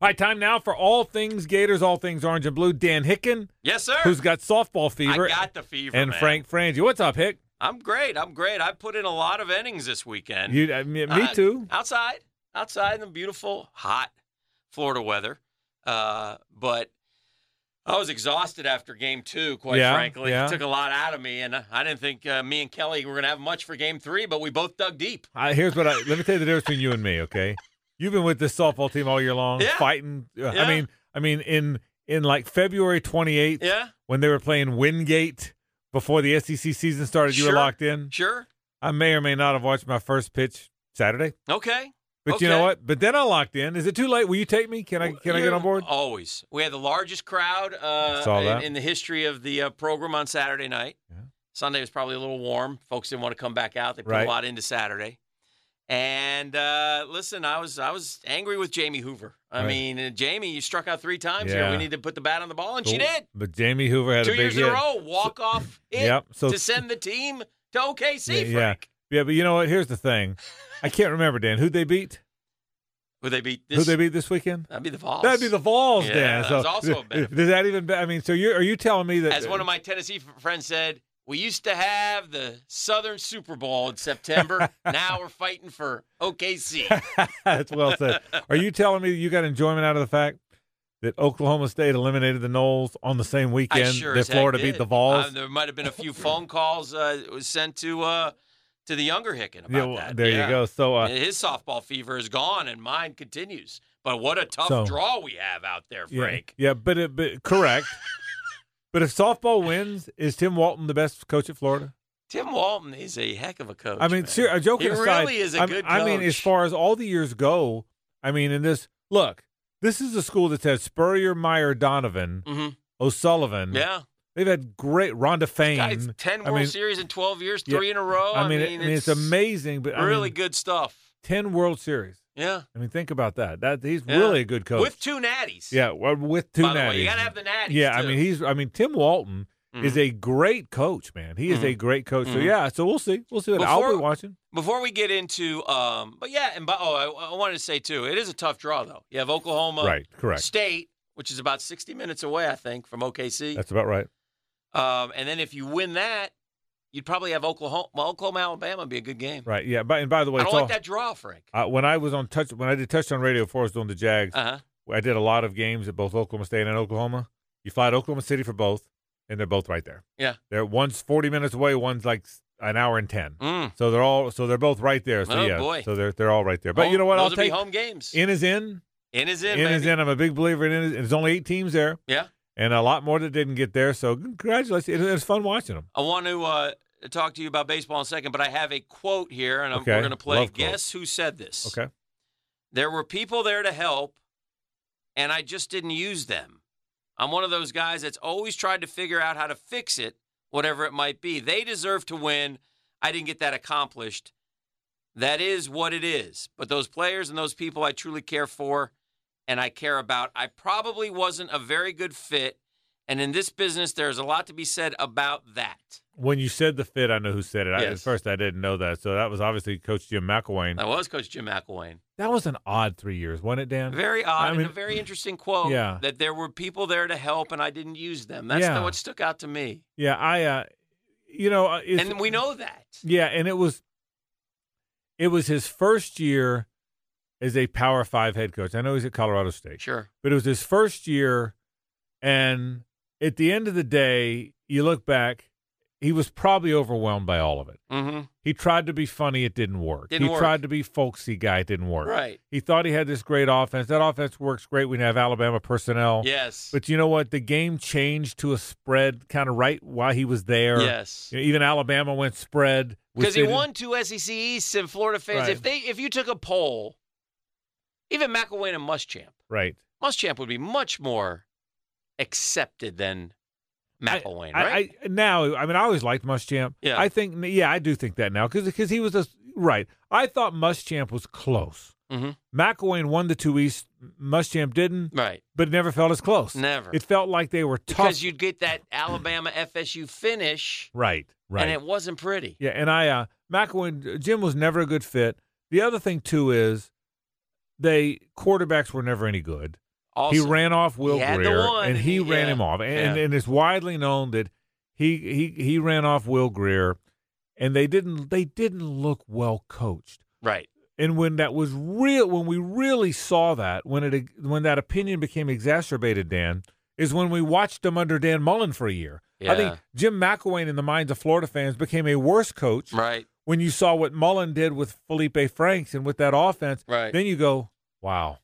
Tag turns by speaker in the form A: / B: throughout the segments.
A: All right, time now for all things Gators, all things orange and blue. Dan Hicken,
B: Yes, sir.
A: who's got softball fever,
B: I got the fever.
A: and
B: man.
A: Frank Frangie. What's up, Hick?
B: I'm great. I'm great. I put in a lot of innings this weekend.
A: You, I mean, me
B: Uh,
A: too.
B: Outside, outside in the beautiful, hot Florida weather. Uh, but I was exhausted after game two, quite
A: Yeah,
B: frankly.
A: yeah.
B: It took a lot out of me, and I didn't think uh, me and Kelly were going to have much for game three, but we both dug deep.
A: I, Uh, here's what I let me tell you the difference between you and me. Okay, you've been with this softball team all year long,
B: Yeah.
A: fighting. uh,
B: Yeah.
A: I mean, I mean, in in like February 28th,
B: Yeah,
A: when they were playing Wingate before the SEC season started, you
B: Sure.
A: were locked in.
B: sure.
A: I may or may not have watched my first pitch Saturday,
B: Okay.
A: but you know
B: Okay.
A: what? But then I locked in. Is it too late? Will you take me? Can I can I get
B: You're-
A: on board?
B: Always. We had the largest crowd uh,
A: Saw that.
B: in, in the history of the uh, program on Saturday night.
A: Yeah.
B: Sunday was probably a little warm. Folks didn't want to come back out. They put
A: Right.
B: a lot into Saturday. And uh, listen, I was I was angry with Jamie Hoover. I
A: Right.
B: mean, uh, Jamie, you struck out three times here.
A: Yeah.
B: We need to put the bat on the ball, and she
A: Cool.
B: did.
A: But Jamie Hoover had
B: Two
A: a big
B: years
A: hit.
B: in a row, walk off it
A: Yep. So
B: to send the team to OKC.
A: Yeah, yeah.
B: Frank,
A: yeah, but you know what? Here's the thing. I can't remember Dan. Who'd they beat?
B: who they beat
A: Who'd
B: this?
A: they beat this weekend?
B: That'd be the Vols.
A: That'd be the Vols,
B: Yeah,
A: Dan.
B: that
A: so
B: was also a benefit.
A: does that even? be- I mean, so you're are you telling me that
B: As one of my Tennessee f- friends said, we used to have the Southern Super Bowl in September. now we're fighting for OKC.
A: That's well said. Are you telling me that you got enjoyment out of the fact that Oklahoma State eliminated the Knowles on the same
B: I
A: weekend
B: sure
A: that
B: as heck
A: Florida
B: did.
A: beat the Vols?
B: Uh, there might have been a few phone calls uh, that was sent to uh, to the younger Hicken about
A: Yeah, well,
B: that.
A: there
B: Yeah.
A: you go. So, uh,
B: His softball fever is gone, and mine continues. But what a tough
A: So-
B: draw we have out there,
A: yeah,
B: Frank.
A: yeah, but, it, but correct. but if softball wins, is Tim Walton the best coach at Florida?
B: Tim Walton is a heck of a coach.
A: I mean,
B: man.
A: ser- joking
B: He
A: aside,
B: really is a
A: I,
B: good
A: I mean, as
B: coach.
A: far as all the years go, I mean, in this look, this is a school that's had Spurrier, Meyer, Donovan,
B: Mhm.
A: O'Sullivan.
B: Yeah,
A: They've had great Rhonda Fain.
B: guys, Oh, ten
A: Mm. I
B: World
A: mean-
B: Series in twelve years,
A: Yeah.
B: three in a row.
A: I mean, it- I mean, it's, amazing, but I
B: Really
A: mean,
B: good stuff.
A: ten World Series.
B: Yeah.
A: I mean, think about that. That he's
B: Yeah.
A: really a good coach.
B: With two natties.
A: yeah, well, with two
B: By the way, you
A: natties.
B: gotta have the natties.
A: yeah, I
B: too. Mm-hmm.
A: mean, he's. I mean, Tim Walton is a great coach, man. He is a great coach. So
B: Mhm.
A: yeah, so we'll see. We'll see. What, I'll be
B: Before-
A: watching.
B: Before we get into, um, but yeah, and by, oh, I, I wanted to say too, it is a tough draw though. You have Oklahoma
A: right. Correct.
B: State, which is about sixty minutes away, I think, from OKC.
A: That's about right.
B: Um, and then if you win that, you'd probably have Oklahoma, well, Oklahoma, Alabama would be a good game.
A: Right. Yeah. But and by the way,
B: I don't
A: it's
B: like
A: all-
B: that draw, Frank.
A: uh, when I was on touch, when I did touchdown radio before I was doing the Jags,
B: Uh huh.
A: I did a lot of games at both Oklahoma State and Oklahoma. You fly to Oklahoma City for both, and they're both right there.
B: Yeah.
A: They're one's forty minutes away, one's like s- an hour and ten.
B: Mm.
A: So they're all so they're both right there. So
B: Oh,
A: yeah,
B: boy.
A: so they're they're all right there. But you know what?
B: Those
A: I'll
B: would
A: take
B: be home games.
A: in is in,
B: in is in,
A: in is
B: baby.
A: in. I'm a big believer in. in is- There's only eight teams there.
B: Yeah.
A: and a lot more that didn't get there. So congratulations. It, it was fun watching them.
B: I want to uh, talk to you about baseball in a second, but I have a quote here, and I'm,
A: Okay.
B: we're going to play
A: Love quotes.
B: Guess Who Said This.
A: Okay,
B: There were people there to help, and I just didn't use them. I'm one of those guys that's always tried to figure out how to fix it, whatever it might be. They deserve to win. I didn't get that accomplished. That is what it is. But those players and those people I truly care for and I care about, I probably wasn't a very good fit. And in this business, there's a lot to be said about that.
A: when you said the fit, I know who said it. I, at
B: Yes. Oh.
A: first, I didn't know that. So that was obviously Coach Jim McElwain.
B: That was Coach Jim McElwain.
A: That was an odd three years, wasn't it, Dan?
B: Very odd
A: I mean-
B: and a very interesting quote
A: Yeah.
B: that there were people there to help and I didn't use them. That's
A: Yeah.
B: what stuck out to me.
A: Yeah, I. uh You know, uh, it's,
B: and we know that.
A: Yeah, and it was it was his first year as a Power 5 head coach. I know he's at Colorado State.
B: Sure.
A: But it was his first year and at the end of the day, you look back, he was probably overwhelmed by all of it.
B: Mm-hmm.
A: He tried to be funny, it didn't work.
B: Didn't
A: he
B: work.
A: tried to be folksy guy, it didn't work.
B: Right.
A: He thought he had this great offense. That offense works great when you have Alabama personnel.
B: Yes.
A: But you know what? The game changed to a spread kind of right while he was there.
B: yes.
A: You know, even Alabama went spread which
B: Because he
A: they didn't-
B: won two SEC Easts and Florida fans.
A: Right.
B: If they if you took a poll, even McElwain and Muschamp,
A: Right.
B: Muschamp would be much more accepted than McElwain,
A: I,
B: right?
A: I, now, I mean, I always liked Muschamp.
B: Yeah.
A: I think, yeah, I do think that now because he was a right. I thought Muschamp was close.
B: Mhm.
A: McElwain won the two East. Muschamp didn't,
B: right.
A: but it never felt as close.
B: Never.
A: It felt like they were tough.
B: Because you'd get that Alabama FSU finish,
A: right. Right.
B: and it wasn't pretty.
A: yeah. And I, uh, McElwain, Jim was never a good fit. The other thing too is they quarterbacks were never any good.
B: Also,
A: he ran off Will
B: He had the
A: Greer,
B: one,
A: and
B: and
A: he
B: he-
A: ran
B: yeah,
A: him off. And, and
B: yeah.
A: it's widely known that he he he ran off Will Greer, and they didn't they didn't look well coached.
B: right.
A: And when that was real, when we really saw that, when it when that opinion became exacerbated, Dan is when we watched them under Dan Mullen for a year. I
B: Yeah.
A: think Jim McElwain, in the minds of Florida fans, became a worse coach
B: Right.
A: when you saw what Mullen did with Felipe Franks and with that offense,
B: Right.
A: then you go, wow,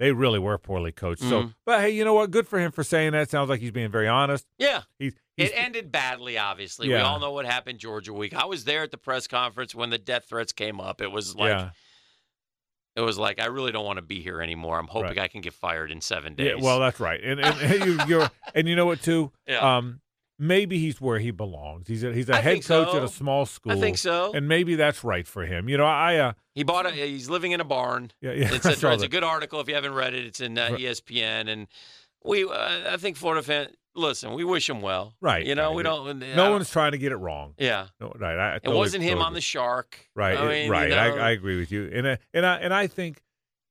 A: they really were poorly coached. So,
B: Mhm.
A: but hey, you know what? Good for him for saying that. Sounds like he's being very honest.
B: Yeah.
A: He's, he's
B: It ended badly, obviously. We
A: Yeah.
B: all know what happened Georgia week. I was there at the press conference when the death threats came up. It was like
A: yeah,
B: it was like I really don't want to be here anymore. I'm hoping
A: Right.
B: I can get fired in seven
A: yeah.
B: days.
A: Well, that's right. And and, and you, you're and you know what too?
B: Yeah.
A: Um, maybe he's where he belongs. He's a, he's a
B: I
A: head
B: think
A: coach
B: so.
A: at a small school.
B: I think so.
A: And maybe that's right for him. You know, I uh,
B: he bought a. He's living in a barn.
A: yeah, yeah.
B: It's
A: I
B: a,
A: saw
B: it's a
A: that.
B: good article if you haven't read it. It's in uh,
A: Right.
B: ESPN, and we. Uh, I think Florida fan. Listen, we wish him well.
A: Right,
B: You know,
A: right.
B: we don't.
A: No one's trying to get it wrong.
B: Yeah.
A: No, right. I, I
B: It wasn't him on the shark.
A: Right,
B: I
A: it-
B: mean, uh, you
A: right.
B: know,
A: I, I agree with you, and I, and I and I think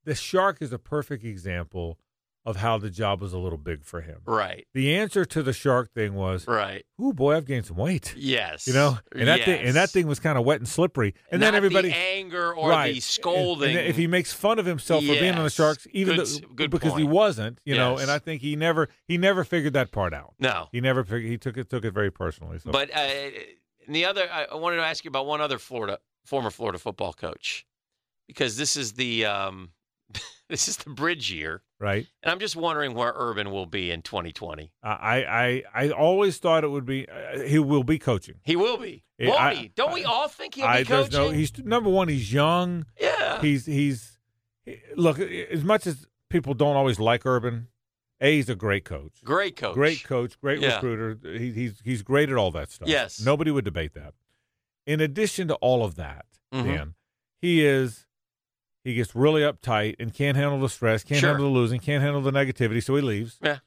A: the shark is a perfect example of how the job was a little big for him.
B: Right.
A: The answer to the shark thing was,
B: Right.
A: "Ooh, boy, I've gained some weight,"
B: Yes.
A: you know, and that thing and that
B: Yes.
A: thing was kind of wet and slippery, and then
B: Not
A: everybody
B: the anger or
A: right,
B: the
A: and-
B: scolding.
A: and then if he makes fun of himself for being on the
B: Yes.
A: sharks, even
B: Good
A: though,
B: s- good
A: because he
B: point.
A: wasn't, you know,
B: Yes.
A: and I think he never he never figured that part out.
B: no,
A: He never fig- he took it took it very personally. So
B: but uh, and the other, I I wanted to ask you about one other Florida former Florida football coach because this is the um, this is the bridge year,
A: right.
B: and I'm just wondering where Urban will be in 2020.
A: I, I I always thought it would be uh, he will be coaching.
B: He will be.
A: Yeah,
B: Won't
A: I-
B: he? Don't we
A: I-
B: all think he'll
A: I,
B: be
A: there's
B: coaching?
A: no. He's number one. He's young.
B: yeah.
A: He's he's he- look. As much as people don't always like Urban, A, he's a great coach.
B: great coach.
A: Great coach. Great
B: Yeah.
A: recruiter. He, he's he's great at all that stuff.
B: Yes.
A: Nobody would debate that. In addition to all of that,
B: Mhm.
A: Dan, he is. He gets really uptight and can't handle the stress, can't
B: Sure.
A: handle the losing, can't handle the negativity, so he leaves.
B: Yeah.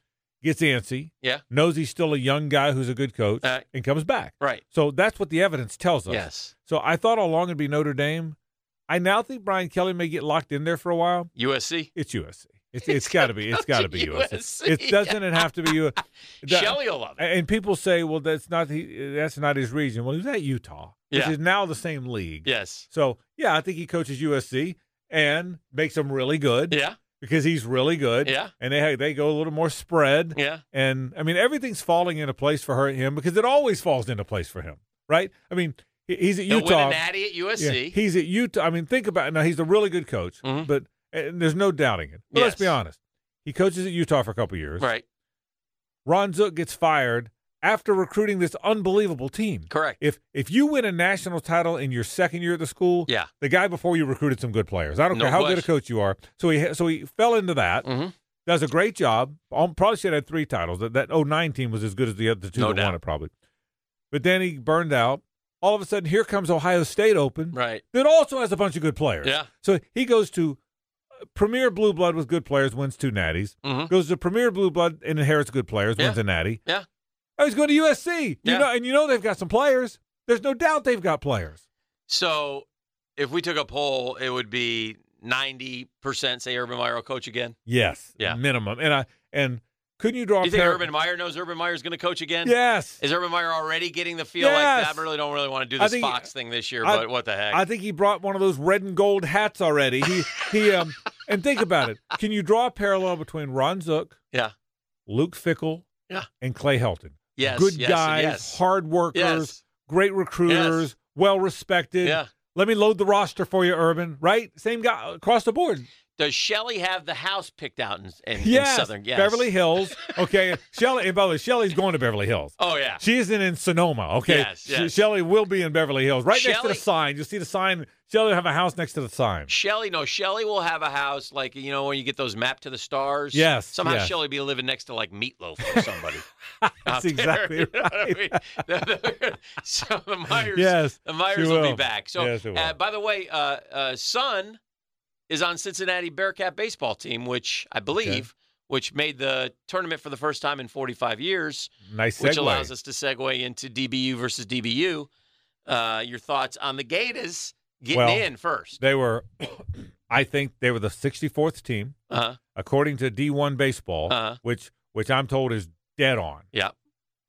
A: Gets antsy.
B: Yeah.
A: Knows he's still a young guy who's a good coach
B: Uh,
A: and comes back.
B: Right.
A: So that's what the evidence tells us.
B: Yes.
A: So I thought all along it'd be Notre Dame. I now think Brian Kelly may get locked in there for a while.
B: USC.
A: It's USC. It's,
B: He's
A: it's got to be. It's got to be
B: coaching
A: USC. It
B: USC.
A: doesn't it have to be U- that-
B: Shelly will love it.
A: And people say, well, that's not he, that's not his region. Well, he's at Utah,
B: Yeah.
A: which is now the same league.
B: Yes.
A: So yeah, I think he coaches USC and makes them really good
B: Yeah.
A: because he's really good.
B: Yeah.
A: And they they go a little more spread.
B: Yeah.
A: And I mean, everything's falling into place for her, him because it always falls into place for him, right? I mean, he- he's at
B: He'll win a
A: Utah.
B: natty at
A: Yeah,
B: USC.
A: he's at Utah. I mean, think about it. Now, he's a really good coach,
B: Mhm.
A: but and there's no doubting it. But let's
B: Yes.
A: be honest. He coaches at Utah for a couple years.
B: right.
A: Ron Zook gets fired after recruiting this unbelievable team.
B: Correct.
A: If if you win a national title in your second year at the school,
B: Yeah.
A: the guy before you recruited some good players. I don't
B: No
A: care how good a
B: question.
A: coach you are. So he so he fell into that.
B: Mm-hmm.
A: Does a great job. Um, Probably should have had three titles. That that 09 team was as good as the other two
B: No
A: that won
B: doubt.
A: it probably. But then he burned out. All of a sudden, here comes Ohio State open
B: Right.
A: that also has a bunch of good players.
B: Yeah.
A: So he goes to uh, Premier Blue Blood with good players, wins two natties.
B: Mhm.
A: Goes to Premier Blue Blood and inherits good players, wins
B: Yeah.
A: a natty.
B: Yeah.
A: Oh, he's going to USC. You
B: Yeah.
A: know, and you know they've got some players. There's no doubt they've got players.
B: So if we took a poll, it would be 90% say Urban Meyer will coach again.
A: Yes.
B: Yeah.
A: Minimum. And I and couldn't you draw
B: Do you
A: a
B: think
A: pair-
B: Urban Meyer knows Urban Meyer is going to coach again?
A: Yes.
B: Is Urban Meyer already getting the feel
A: Yes.
B: like I really don't really want to do
A: I
B: this
A: think-
B: Fox thing this year,
A: I-
B: but what the heck?
A: I think he brought one of those red and gold hats already. He he um and think about it. Can you draw a parallel between Ron Zook,
B: Yeah.
A: Luke Fickle,
B: Yeah.
A: and Clay Helton?
B: yes,
A: Good
B: yes,
A: guys,
B: yes,
A: hard workers,
B: yes,
A: great recruiters, well respected.
B: yeah.
A: Let me load the roster for you, Urban. Right? Same guy across the board.
B: Does Shelley have the house picked out in, in, in
A: Yes.
B: Southern? Yes,
A: Beverly Hills. Okay. Shelly, and by the way, Shelly's going to Beverly Hills.
B: Oh yeah,
A: She isn't in Sonoma, okay?
B: Yes, yes.
A: Shelly will be in Beverly Hills, right next to the
B: Shelley-
A: sign. You'll see the sign. Shelly will have a house next to the sign.
B: Shelly. No, Shelly will have a house like you know when you get those map to the stars.
A: Yes,
B: somehow
A: yes.
B: Shelly will be living next to like meatloaf or somebody. out
A: That's
B: there,
A: exactly
B: you know what I
A: right.
B: mean? The- the- so the Myers,
A: Yes.
B: the Myers
A: she
B: will.
A: will.
B: be back. So,
A: Yes, it will.
B: Uh, by the way, uh, uh, Son is on Cincinnati Bearcat baseball team, which I believe, which made the tournament for the first time in 45 years,
A: Nice segue.
B: which allows us to segue into DBU versus DBU. Uh, your thoughts on the Gators getting
A: Well,
B: in first?
A: they were, I think they were the 64th team.
B: Uh-huh.
A: according to D1 Baseball,
B: Uh-huh.
A: which which I'm told is dead on.
B: Yeah.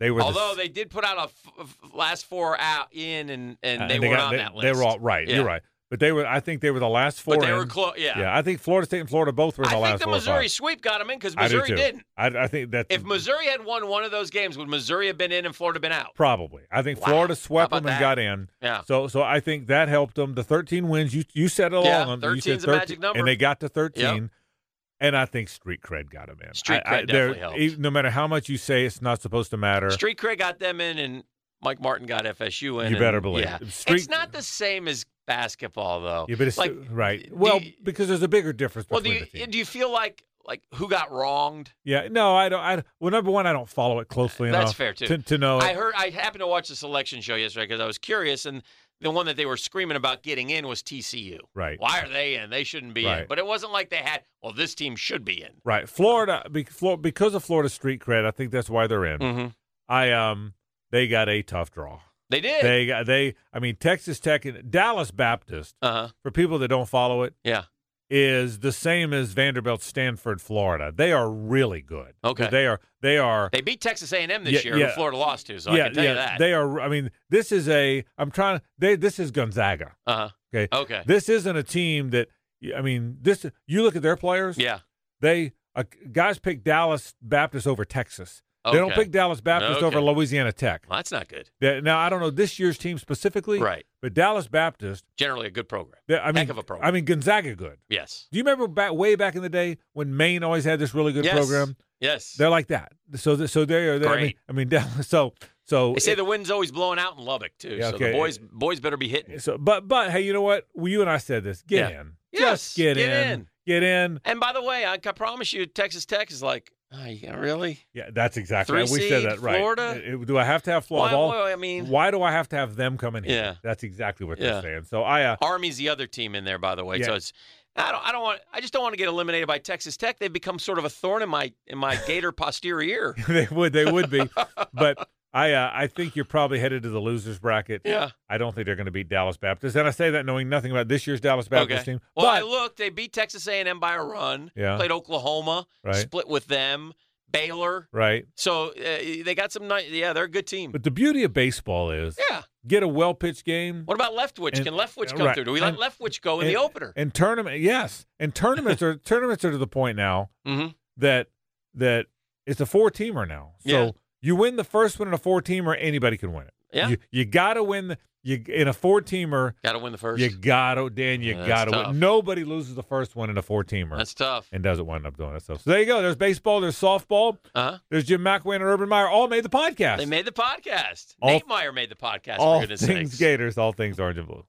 A: They were the
B: Although
A: s-
B: they did put out a f- f- last four out in, and, and
A: and
B: they, weren't
A: got-
B: on
A: Uh, they,
B: that list.
A: They were all right.
B: Yeah.
A: You're right. But they were. I think they were the last four.
B: but they were
A: in.
B: close. Yeah.
A: Yeah, I think Florida State and Florida both were in the
B: I
A: last
B: think the
A: four or
B: Missouri
A: five.
B: sweep got them in because
A: I do
B: Missouri
A: too. Mm-hmm.
B: didn't.
A: I, I think that
B: If Missouri had won one of those games, would Missouri have been in and Florida been out?
A: probably, I think
B: Wow.
A: Florida
B: How
A: swept
B: about
A: them and
B: that?
A: got in.
B: Yeah.
A: So, so I think that helped them. The 13 wins you you said it
B: Yeah,
A: along. you
B: 13
A: said
B: is a magic number.
A: and they got to 13. And I think street cred got them in.
B: Street
A: I- I-
B: cred
A: they're-
B: definitely helped.
A: even- No matter how much you say it's not supposed to matter,
B: Street Craig got them in, and Mike Martin got FSU in.
A: you
B: and-
A: better believe.
B: Yeah.
A: it. Street,
B: it's not the same as basketball, though.
A: Yeah, but it's
B: like,
A: right.
B: do
A: Well,
B: you-
A: because there's a bigger difference
B: well, do
A: between
B: you
A: the teams.
B: do you feel like like who got wronged?
A: yeah, no, I don't. I well, number one, I don't follow it closely
B: That's
A: enough
B: fair too.
A: to, to know.
B: I heard I happened to watch the selection show yesterday because I was curious, and the one that they were screaming about getting in was TCU.
A: right.
B: Why are they in? They shouldn't be in.
A: Right.
B: But it wasn't like they had. Well, this team should be in.
A: Right, Florida, be- Flor- because of Florida street cred, I think that's why they're in.
B: Mm-hmm.
A: I um, they got a tough draw.
B: They did.
A: They got they. I mean, Texas Tech and Dallas Baptist.
B: uh huh.
A: For people that don't follow it,
B: Yeah.
A: is the same as Vanderbilt, Stanford, Florida. They are really good.
B: Okay.
A: they are. They are.
B: They beat Texas A and M this
A: Yeah,
B: year,
A: yeah.
B: who Florida lost to. So
A: yeah,
B: I can tell
A: yeah.
B: you that.
A: They are. I mean, this is a. I'm trying. They. This is Gonzaga.
B: uh huh.
A: Okay.
B: Okay.
A: This isn't a team that. I mean, this. You look at their players.
B: Yeah.
A: They uh, guys pick Dallas Baptist over Texas.
B: Okay.
A: They don't pick Dallas Baptist
B: Okay.
A: over Louisiana Tech.
B: Well, that's not good.
A: That- Now I don't know this year's team specifically,
B: Right.
A: but Dallas Baptist.
B: Generally, a good program.
A: they- I mean,
B: Heck of a program.
A: I mean Gonzaga good.
B: Yes.
A: Do you remember back way back in the day when Maine always had this really good
B: Yes.
A: program?
B: Yes.
A: They're like that. So th- so they are. They, I mean,
B: Great.
A: I mean Dallas. So so
B: They say
A: it-
B: the wind's always blowing out in Lubbock too,
A: Yeah,
B: so the
A: okay.
B: boys boys better be hitting.
A: so but but hey, you know what? Well, you and I said this. Get
B: Yeah.
A: in.
B: Yes,
A: Just get,
B: get
A: in.
B: in.
A: Get in.
B: And by the way, I can promise you, Texas Tech is like, oh, yeah, really?
A: Yeah, that's exactly.
B: Three
A: right. we said
B: seed,
A: that right.
B: Florida?
A: It- it- do I have to have
B: Why,
A: Florida? Of all-
B: why- I mean,
A: why do I have to have them come in here?
B: Yeah.
A: That's exactly what
B: Yeah.
A: they're saying. So I, uh,
B: Army's the other team in there, by the way. So
A: Yeah.
B: it's, I don't, I don't want, I just don't want to get eliminated by Texas Tech. They've become sort of a thorn in my in my Gator posterior ear.
A: they would, they would be, but I, uh, I think you're probably headed to the losers bracket.
B: Yeah.
A: I don't think they're going to beat Dallas Baptist, and I say that knowing nothing about this year's Dallas Baptist
B: Okay.
A: team.
B: Well, I
A: but
B: looked. They beat Texas A&M by a run.
A: Yeah.
B: Played Oklahoma.
A: Right.
B: Split with them. Baylor.
A: right,
B: So uh, they got some nice. Yeah, they're a good team.
A: but the beauty of baseball is
B: yeah.
A: get a well pitched game
B: What about Leftwich?
A: And-
B: Can Leftwich
A: uh,
B: come
A: right.
B: through? Do we let
A: And-
B: Leftwich go in
A: and-
B: the opener?
A: and tournament. Yes, and tournaments are tournaments are to the point now
B: Mhm.
A: that that it's a four teamer now. So
B: Yeah.
A: you win the first one in a four teamer, anybody can win it.
B: Yeah.
A: You, you got to win the, you in a four teamer.
B: Got to win the first.
A: You gotta, Dan. You
B: Yeah, that's
A: gotta
B: tough.
A: win. Nobody loses the first one in a four-teamer
B: That's tough.
A: and doesn't wind up doing it. So, so there you go. There's baseball. There's softball.
B: Uh-huh.
A: There's Jim McElwain and Urban Meyer. All made the podcast.
B: They made the podcast.
A: All-
B: Nate Meyer made the podcast. for
A: all
B: goodness
A: things
B: sakes.
A: Gators. All things Orange and Blue.